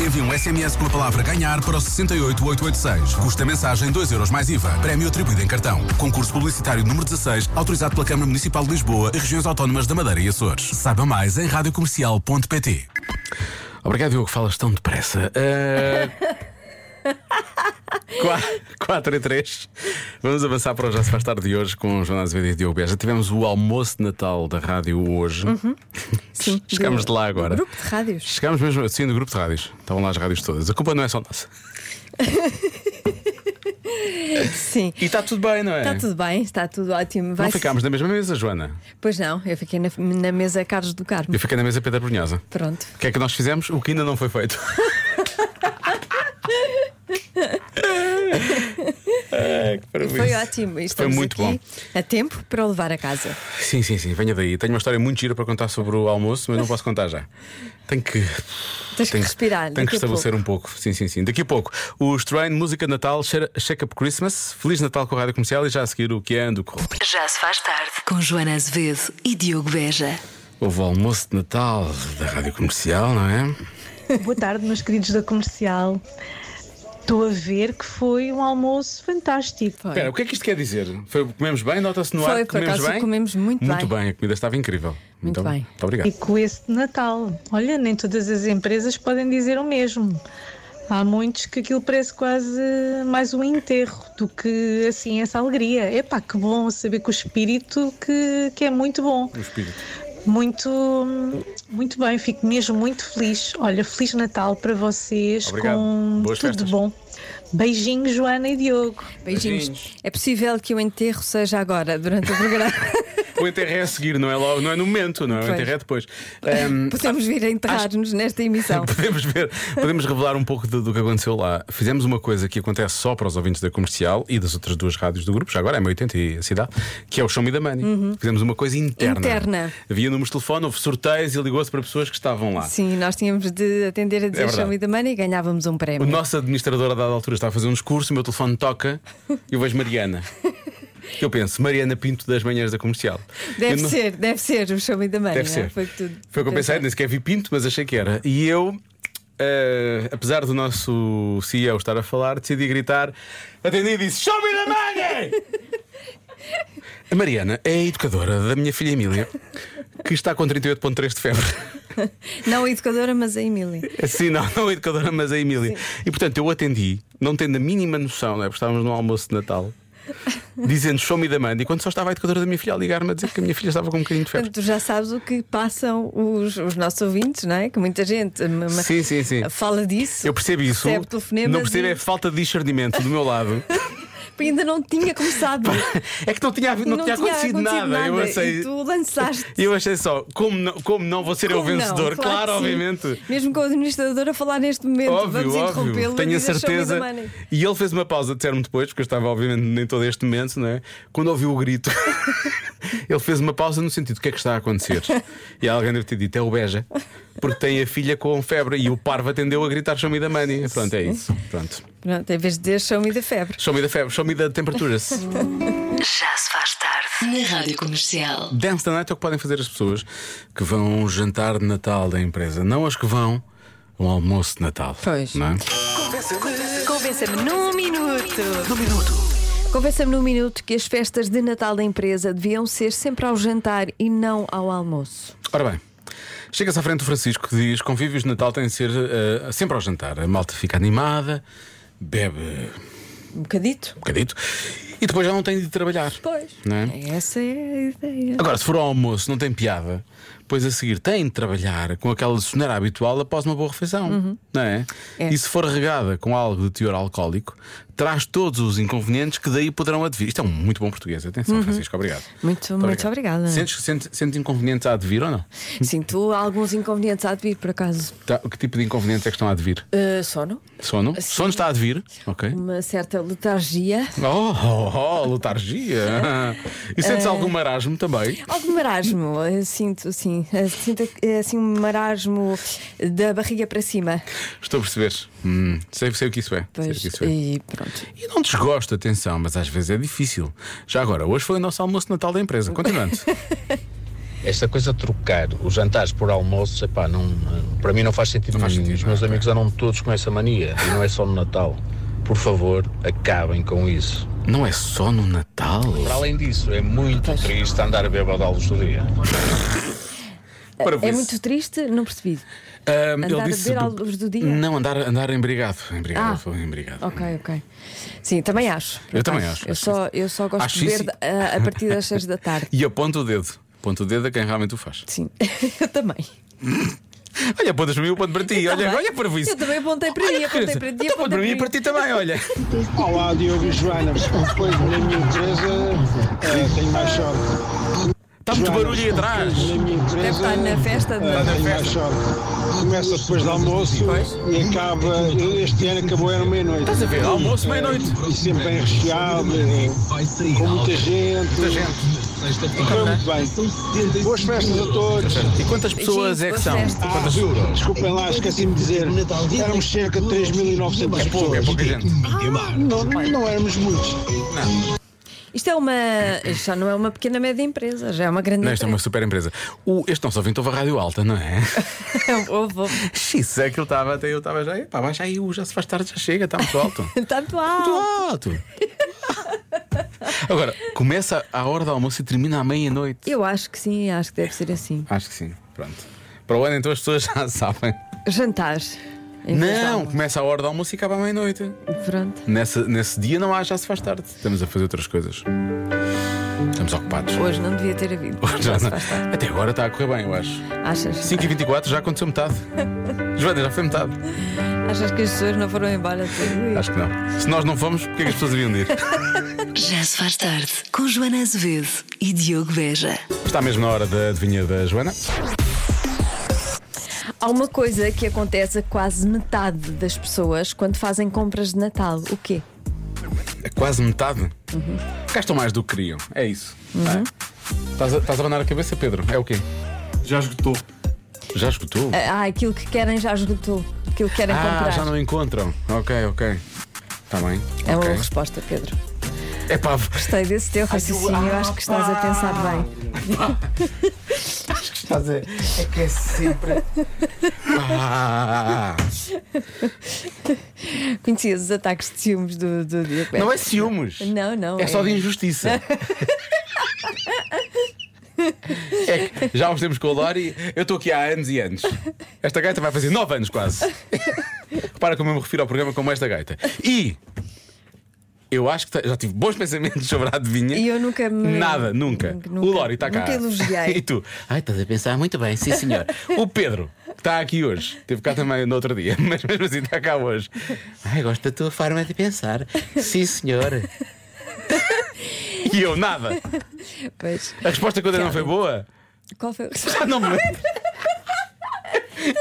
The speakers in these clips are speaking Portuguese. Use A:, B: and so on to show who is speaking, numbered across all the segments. A: Envie um SMS pela palavra ganhar para o 68886. Custa mensagem 2 euros mais IVA. Prémio atribuído em cartão. Concurso publicitário número 16, autorizado pela Câmara Municipal de Lisboa e regiões autónomas da Madeira e Açores. Saiba mais em radiocomercial.pt.
B: Obrigado, Diogo, falas tão depressa. Eh, 4 e 3. Vamos avançar para o Já Se Faz Tarde de hoje com o Jonas Azevedo e Diogo Beja. Tivemos o almoço de Natal da rádio hoje.
C: Uhum. Sim,
B: Chegámos
C: do-
B: de lá agora.
C: do Grupo de rádios.
B: Chegámos mesmo assim do grupo de rádios. Estavam lá as rádios todas. A culpa não é só nossa.
C: Sim.
B: E está tudo bem, não é?
C: Está Tá tudo bem, está tudo ótimo.
B: Não
C: Vai-se-
B: ficámos na mesma mesa, Joana.
C: Pois não, eu fiquei na, na mesa Carlos do Carmo.
B: Eu fiquei na mesa Pedra Brunhosa.
C: Pronto.
B: O que é que nós fizemos? O que ainda não foi feito. Ah, que parabéns.
C: Foi ótimo. E
B: Foi
C: Estamos
B: muito
C: aqui A tempo para o levar a casa.
B: bom. Sim, sim, sim. Venha daí. Tenho uma história muito gira para contar sobre o almoço, mas não posso contar já. Tenho que.
C: Tens que respirar.
B: Tenho que
C: daqui a pouco.
B: estabelecer um pouco. Sim, sim, sim. Daqui a pouco, o Strain, música de Natal, Shake Up Christmas. Feliz Natal com a rádio comercial e já a seguir o que é Ando Corro.
D: Já se faz tarde com Joana Azevedo e Diogo Beja.
B: Houve o almoço de Natal da rádio comercial, não é?
E: Boa tarde, meus queridos da comercial. Estou a ver que foi um almoço fantástico.
C: Foi.
B: Espera, o que é que isto quer dizer? Foi, comemos bem? Nota-se no
C: Foi,
B: ar que
C: por
B: comemos
C: acaso,
B: bem?
C: comemos muito
B: Muito
C: bem.
B: bem, a comida estava incrível.
C: Muito
B: Então,
C: bem.
B: Muito obrigado.
E: E com esse de Natal. Olha, nem todas as empresas podem dizer o mesmo. Há muitos que aquilo parece quase mais um enterro do que assim essa alegria. Epá, que bom saber que o espírito que, que é muito bom.
B: O espírito.
E: Muito, muito bem, fico mesmo muito feliz. Olha, Feliz Natal para vocês
B: Obrigado.
E: com
B: Boas
E: tudo
B: festas.
E: de bom. Beijinhos, Joana e Diogo.
C: Beijinhos.
B: Beijinhos.
C: É possível que o enterro seja agora, durante o programa.
B: O enterro é a seguir, não é logo, não é no momento, não é? O
C: Pois.
B: enterro é depois. Ahm,
C: Podemos vir a enterrar-nos nesta
B: É
C: emissão.
B: Podemos ver, podemos revelar um pouco do, do que aconteceu lá. Fizemos uma coisa que acontece só para os ouvintes da comercial e das outras duas rádios do grupo, já agora é a 80 e a cidade, que é o Show Me the Money. Fizemos uma coisa interna.
C: Uhum. Interna.
B: Havia números de telefone, houve sorteios e ligou-se para pessoas que estavam lá.
C: Sim, nós tínhamos de atender a dizer
B: É verdade.
C: show me the money e ganhávamos um
B: O
C: prémio.
B: nosso administrador, a dada altura, está a fazer um discurso, o meu telefone toca e eu vejo Mariana. Eu penso, Mariana Pinto das manhãs da comercial. Eu
C: Deve
B: não-
C: ser, deve ser o show me the money.
B: Deve
C: não é?
B: ser.
C: Foi tudo. é.
B: Foi o que eu pensei, nem sequer vi Pinto, mas achei que era. E eu, eh, apesar do nosso CEO estar a falar, decidi gritar, atendi e disse: Show me the money! A Mariana é a educadora da minha filha Emília, que está com 38,3 de febre.
C: Não a educadora, mas a Emily.
B: Sim, Assim, não, não a educadora, mas a Emília. E portanto eu atendi, não tendo a mínima noção, não é? Porque estávamos num almoço de Natal. Dizendo show me the money, quando só estava a educadora da minha filha a ligar-me a dizer que a minha filha estava com um bocadinho de febre.
C: Portanto, tu já sabes o que passam os, os nossos ouvintes, não é? Que muita gente hum, hum,
B: Sim, sim, sim.
C: fala disso.
B: Eu percebo isso.
C: Recebe telefonemas
B: não percebo
C: e-
B: é falta de discernimento do meu lado.
C: Ainda não tinha começado.
B: É que não tinha, não tinha acontecido, nada. Eu
C: E
B: achei,
C: tu lançaste.
B: eu achei só, como não, como não vou ser eu o
C: Como não?
B: vencedor?
C: Claro que sim.
B: obviamente.
C: Mesmo com o administrador a falar neste momento,
B: Óbvio,
C: vamos
B: óbvio,
C: interrompê-lo.
B: tenho
C: e
B: a
C: dizer, "Show me the
B: certeza.
C: money."
B: E ele fez uma pausa, disseram-me depois, porque eu estava, obviamente, nem todo este momento, não é? Quando ouviu o grito, ele fez uma pausa no sentido: o que é que está a acontecer? E alguém deve ter dito: é o Beja, porque tem a filha com febre e o parvo atendeu a gritar: show me the money. Pronto, é isso. Pronto.
C: Pronto, em vez de dizer show me da febre.
B: Show me da febre, show me da temperatura.
D: Já se faz tarde na Rádio Comercial.
B: Dance the Night é o que podem fazer as pessoas que vão jantar de Natal da empresa, não as que vão ao almoço de Natal.
C: Pois.
B: Não é?
C: Convença-me num minuto. Convença-me num minuto que as festas de Natal da empresa deviam ser sempre ao jantar e não ao almoço.
B: Ora bem. Chega-se à frente do Francisco que diz: convívios de Natal têm de ser eh, sempre ao jantar. A malta fica animada, bebe
C: Um bocadito?
B: um bocadito e depois já não tem de trabalhar.
C: Pois.
B: Não é?
C: Essa é a ideia.
B: Agora, se for ao almoço, não tem piada, pois a seguir tem de trabalhar com aquela soneira habitual após uma boa refeição, não é?
C: É.
B: E se for regada com algo de teor alcoólico, traz todos os inconvenientes que daí poderão advir. Isto é um muito bom português, atenção, Francisco, obrigado.
C: Uhum. Muito, muito obrigada.
B: Sentes, sentes, sentes inconvenientes a advir ou não?
C: Hum. Sinto alguns inconvenientes a advir, por acaso.
B: Tá, que tipo de inconvenientes é que estão a advir?
C: Uh, sono?
B: Sono?
C: Assim-
B: Sono está a advir? Ok.
C: Uma certa letargia.
B: Oh, oh, oh letargia! E
C: Eh.
B: sentes algum marasmo também?
C: Algum marasmo, eh, sinto assim. Eh, Sinto eh, assim um marasmo da barriga para cima.
B: Estou a perceber. Hum, sei, sei o que isso é. Sei o
C: Pois,
B: que isso é.
C: e pronto.
B: E não desgosto, atenção, mas às vezes é difícil. Já agora, hoje foi o nosso almoço de Natal da empresa. Continuando.
F: Esta coisa de trocar os jantares por almoços, epá, não, para mim não faz sentido
B: Não faz
F: nenhum.
B: sentido,
F: Os
B: não é?
F: meus amigos andam todos com essa mania e não é só no Natal. Por favor, acabem com isso.
B: Não é só no Natal.
F: Para além disso, é muito triste andar a bêbado à luz do dia.
B: Para
C: é
B: ver se-
C: muito triste, não percebi.
B: Ah,
C: Andar a beber à
B: do-
C: luz do dia?
B: Não, andar, andar em brigado. Em brigado,
C: Ah.
B: foi em brigado.
C: Ok, ok. Sim, também acho.
B: Eu também acho,
C: Eu
B: acho
C: só, eu só gosto
B: Acho
C: de
B: isso
C: ver a, a partir das 6 da tarde.
B: E aponta o dedo. Aponta o dedo a quem realmente o faz.
C: Sim, eu também.
B: Olha, apontas para mim, eu aponto para ti. Olha,
C: também.
B: olha para isso.
C: Eu também apontei para mim, apontei para ti,
B: Então, aponta
C: apontei
B: para mim e
C: para
B: para ti também, olha.
G: Olá, Diogo e Joana. Depois na minha empresa eh, tenho mais sorte.
B: Está Tá muito
G: Joana,
B: barulho aí atrás.
G: depois Na minha
C: Deve
G: empresa
C: estar na festa de-
G: eh,
C: Está na
G: tenho mais sorte. Começa depois do almoço e acaba. Este ano acabou era meia-noite.
B: Estás a ver? Almoço,
G: Eh,
B: meia-noite.
G: E sempre bem recheado, eh, com muita gente. Muita muito bem. Boas festas a todos.
B: E quantas pessoas
C: Gente,
B: é que
C: boas
B: são?
C: festas.
G: Ah, desculpem lá, esqueci-me de dizer. Éramos cerca de 3.900
B: Pouca, é
G: pessoas. Ah,
B: pouca gente.
G: Não, não éramos muitos.
C: Isto é uma. Isto já não é uma pequena média empresa, já é uma grande
B: Não, esta é uma
C: empresa.
B: super empresa. O, este nosso ouvinte ouve a rádio alta, não é?
C: Ouve, ouve.
B: Xis, é que ele estava até eu estava já. Epá, baixa aí, o já se faz tarde, já chega, está muito alto.
C: Tanto alto.
B: alto. Agora, começa à hora do almoço e termina à meia-noite.
C: Eu acho que sim, acho que deve ser assim.
B: Acho que sim, pronto. Para o ano então as pessoas já sabem.
C: Jantar. em vez de
B: Não,
C: almoço.
B: começa à hora do almoço e acaba à meia-noite.
C: Pronto.
B: Nesse, nesse dia não há, já se faz tarde. Estamos a fazer outras coisas. Estamos ocupados.
C: Hoje não devia ter havido.
B: Já
C: Já se
B: não-
C: faz tarde.
B: Até agora está a correr bem, eu acho.
C: Achas?
B: 5h24 já aconteceu metade. Joana, já foi metade.
C: Achas que as pessoas não foram embora? Ui.
B: Acho que não. Se nós não fomos, porquê é que as pessoas deviam de ir?
D: Já se faz tarde com Joana Azevedo e Diogo Beja.
B: Está mesmo na hora da adivinha da Joana.
C: Há uma coisa que acontece a quase metade das pessoas quando fazem compras de Natal. O quê?
B: É quase metade.
C: Uhum.
B: Gastam mais do que queriam. É isso. não é? Estás a, estás a abanar a cabeça, Pedro? É o quê?
H: Já esgotou.
B: Já escutou?
C: Ah, aquilo que querem já esgotou. Aquilo que querem
B: ah,
C: comprar.
B: já não encontram. Ok, ok. Está bem.
C: É uma
B: ok.
C: boa resposta, Pedro.
B: É pá,
C: Gostei desse teu raciocínio. eu acho que estás a pensar bem.
B: estás a. É que é sempre. Ah,
C: Conhecias os ataques de ciúmes do, do dia.
B: não é ciúmes.
C: Não, não.
B: É só de injustiça. É que já os temos com o Lori, eu estou aqui há anos e anos. Esta gaita vai fazer nove anos quase. Repara como eu me refiro ao programa como esta gaita. E eu acho que te- já tive bons pensamentos sobre a adivinha.
C: E eu nunca me-
B: Nada, nunca.
C: Nunca,
B: o Lori está cá.
C: nunca elogiei.
B: E tu? Ai, estás a pensar muito bem, sim senhor. o Pedro, que está aqui hoje, teve cá também no outro dia, mas mesmo assim está cá hoje. Ai, gosto da tua forma de pensar. Sim senhor. E eu nada.
C: Pois.
B: A resposta que eu dei não foi boa?
C: Qual foi a
B: Ah,
C: resposta?
B: não me lembro.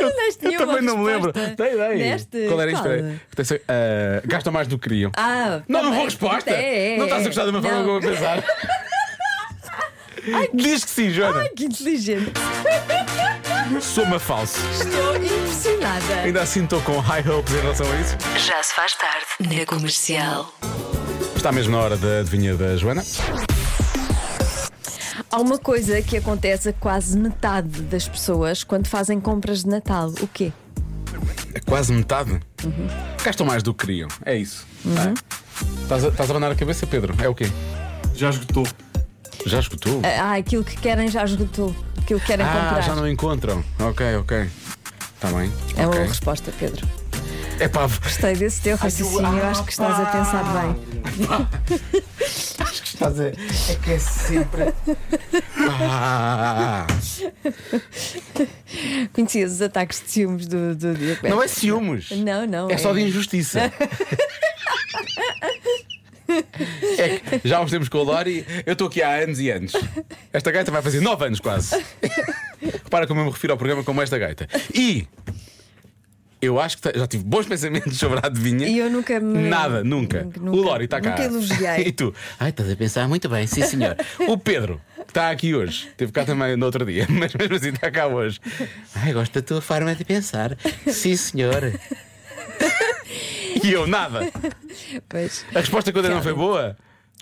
C: Não deste
B: Eu
C: nenhuma
B: também não me lembro.
C: resposta.
B: Dei, dei.
C: Deste?
B: Qual era isto?
C: Qual?
B: Espera aí. Pensei, ah, gastam mais do que queriam.
C: Ah,
B: não,
C: tá
B: não
C: bem.
B: vou resposta.
C: É, é,
B: não estás a
C: é.
B: gostar da minha
C: Não.
B: forma como eu vou pensar. Diz que sim, Joana.
C: Ai, que inteligente.
B: Sou uma falso.
C: Estou impressionada.
B: Ainda assim estou com high hopes em relação a isso.
D: Já se faz tarde na comercial.
B: Está mesmo na hora da adivinha da Joana.
C: Há uma coisa que acontece a quase metade das pessoas quando fazem compras de Natal. O quê?
B: É quase metade. Gastam Uhum. mais do que queriam. É isso.
C: Uhum.
B: não é? Estás a, estás a abanar a cabeça, Pedro? É o quê?
H: Já esgotou.
B: Já escutou?
C: Ah, aquilo que querem já esgotou. Aquilo que querem
B: ah,
C: comprar.
B: já não encontram. Ok, ok. Está bem.
C: É uma
B: ok.
C: boa resposta, Pedro.
B: É pá,
C: Gostei desse teu raciocínio. Eu acho que estás a pensar bem.
B: estás a. É que é sempre. Ah,
C: Conhecias os ataques de ciúmes do, do dia.
B: não é ciúmes.
C: Não, não.
B: É só de injustiça. É que já os temos com o Lori, eu estou aqui há anos e anos. Esta gaita vai fazer nove anos quase. Repara como eu me refiro ao programa como esta gaita. E eu acho que te- já tive bons pensamentos sobre a adivinha.
C: E eu nunca me-
B: Nada, nunca.
C: Nunca,
B: o Lori está cá.
C: nunca elogiei.
B: E tu? Ai, estás a pensar muito bem, sim senhor. o Pedro, que está aqui hoje, esteve cá também no outro dia, mas mesmo assim está cá hoje. Ai, gosto da tua forma de pensar. sim senhor. e eu nada.
C: Pois.
B: A resposta que eu dei não foi boa?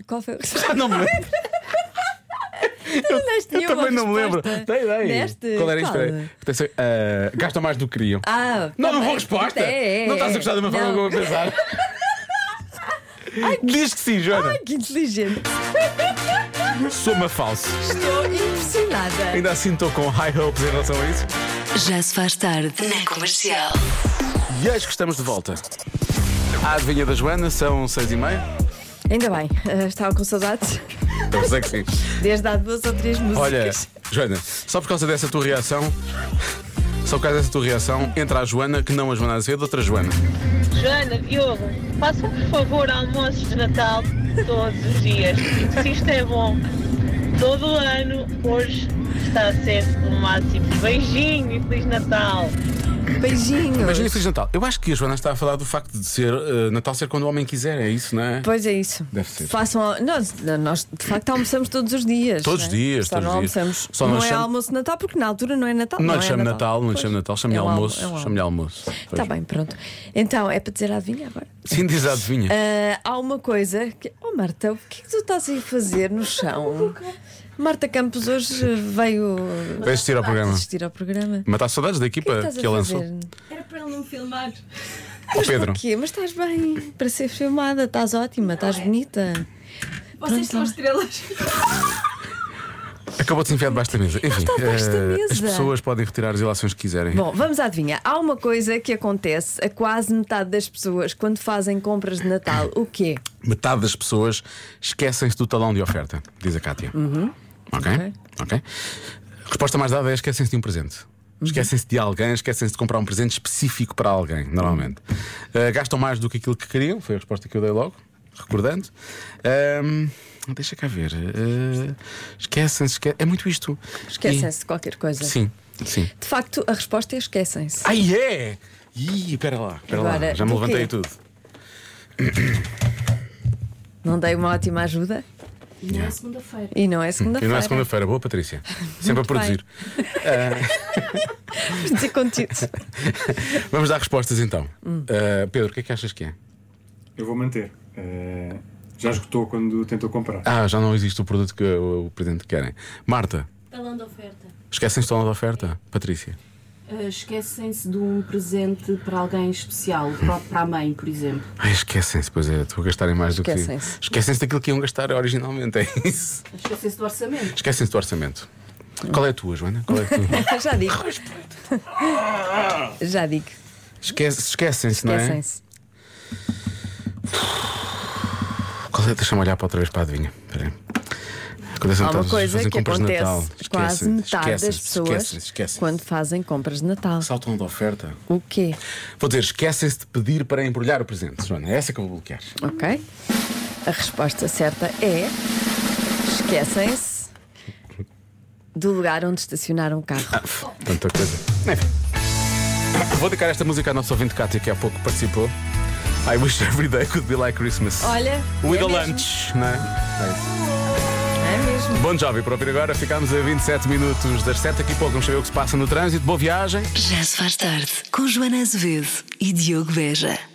C: Qual foi a resposta?
B: Ah, não me lembro.
C: deste
B: Eu
C: nenhuma
B: também não me lembro.
C: resposta.
B: Dei, dei.
C: Deste?
B: Qual era
C: Qual?
B: isto? Atenção, ah, gastam mais do que queriam.
C: Ah,
B: não, não
C: também.
B: vou resposta.
C: É, é,
B: não estás a
C: é.
B: gostar da minha forma
C: Não.
B: como eu vou pensar. Diz que sim, Joana.
C: Ai, que inteligente.
B: Soma falso.
C: Estou impressionada.
B: Ainda assim estou com high hopes em relação a isso.
D: Já se faz tarde na comercial.
B: E acho que estamos de volta. A adivinha da Joana são seis e meia.
C: Ainda bem, ah, estava com saudades.
B: Eu sei que sim.
C: Desde há duas ou três músicas.
B: Olha, Joana, só por causa dessa tua reação, só por causa dessa tua reação, entra a Joana, que não a Joana Azevedo, outra Joana.
I: Joana, Diogo, façam por favor almoços de Natal todos os dias. Se isto é bom, todo o ano, hoje está a ser o máximo. Beijinho e Feliz Natal!
C: Beijinhos.
B: Imagina Feliz Natal. Eu acho que a Joana está a falar do facto de ser eh, Natal ser quando o homem quiser, é isso, não é?
C: Pois é isso.
B: Deve ser.
C: Façam al- nós, nós de facto almoçamos todos os dias.
B: Todos os
C: não é?
B: dias,
C: Só
B: todos
C: não
B: os dias.
C: almoçamos.
B: Só
C: não
B: nós
C: é
B: chamo-
C: almoço de Natal porque na altura não é Natal.
B: Não lhe
C: é
B: chame Natal, não lhe
C: Pois.
B: chame Natal, chame-lhe
C: É um almo-
B: almoço,
C: é um almo-
B: chame-lhe almoço.
C: Está bem, pronto. Então, é para dizer a adivinha agora.
B: Sim, diz a adivinha.
C: Ah, há uma coisa que. Oh, Marta, o que é que tu estás aí a fazer no chão? Marta Campos hoje eh, veio
B: Vai assistir ao programa.
C: assistir ao programa.
B: Matar saudades da
C: O é que é que
B: equipa
C: estás
B: que,
C: a
B: ele lançou.
C: fazer?
J: Era para ele não me filmar.
B: Ó Pedro,
C: O quê? Mas estás bem para ser filmada, estás ótima, estás bonita.
J: é? Vocês são estrelas.
B: acabou de se enfiar debaixo da mesa. Enfim,
C: está debaixo da
B: eh, as
C: mesa.
B: pessoas podem retirar as ilações que quiserem.
C: Bom, vamos adivinhar. Há uma coisa que acontece a quase metade das pessoas quando fazem compras de Natal. O quê?
B: Metade das pessoas esquecem-se do talão de oferta, diz a Cátia. Ok?
C: Uhum. Ok.
B: Ok. Resposta mais dada é esquecem-se de um presente.
C: Uhum.
B: Esquecem-se de alguém, esquecem-se de comprar um presente específico para alguém, normalmente. Uh, gastam mais do que aquilo que queriam, foi a resposta que eu dei logo, recordando. Ahm, deixa cá ver. Uh, esquecem-se, esque- é muito isto.
C: Esquecem-se de qualquer coisa.
B: E- Sim, sim.
C: De facto, a resposta é esquecem-se.
B: Ai é! Ih, espera lá, espera lá,
C: Agora,
B: já me
C: do
B: levantei
C: quê?
B: tudo.
C: Não dei uma ótima ajuda
J: E não é segunda-feira.
C: e não é
B: E não
C: segunda-feira.
B: é segunda-feira, boa Patrícia. Sempre a
C: Muito bem.
B: produzir.
C: Vamos dizer contido.
B: Vamos dar respostas então. Uh, Pedro, o que é que achas que é?
H: Eu vou manter. Eh, já esgotou quando tentou comprar.
B: Ah, já não existe o produto que o, o presente que querem. Marta,
J: Talão de oferta.
B: esquecem-se do da oferta? Patrícia.
J: Ah, Esquecem-se de um presente para alguém especial, para- para a mãe, por exemplo.
B: Ai, esquecem-se, pois é, estou a gastarem mais do que.
C: Esquecem-se.
B: Esquecem-se daquilo que iam gastar originalmente, é isso.
J: Esquecem-se do orçamento.
B: Esquecem-se do orçamento. Qual é a tua, Joana? Qual é a tua?
C: Já digo. Já digo.
B: Esquece- esquecem-se, não é?
C: Esquecem-se.
B: Qual é? Deixa-me olhar para outra vez para a adivinha. Espera aí. Acontece
C: Há
B: Natal,
C: uma
B: as
C: coisa
B: pessoas fazem
C: que
B: compras de
C: acontece
B: Natal.
C: a quase
B: Esquecem-se,
C: metade das
B: esquecem-se,
C: pessoas
B: Esquecem-se, esquecem-se.
C: quando fazem compras de Natal.
B: Saltam da oferta.
C: O quê?
B: Vou dizer, esquecem-se de pedir para embrulhar o presente, Joana. É essa que eu vou bloquear.
C: Ok? A resposta certa é. Esquecem-se do lugar onde estacionaram o carro.
B: Tanta coisa. Enfim. Vou dedicar esta música à nossa ouvinte Cátia, que há pouco participou. I wish every day could be like Christmas.
C: Olha,
B: With
C: é
B: a
C: mesmo.
B: lunch, não é? É isso.
C: É mesmo.
B: Bom jovem para ouvir agora. Ficámos a 27 minutos das 7 aqui pouco. Vamos saber o que se passa no trânsito. Boa viagem.
D: Já se faz tarde com Joana Azevedo e Diogo Veja.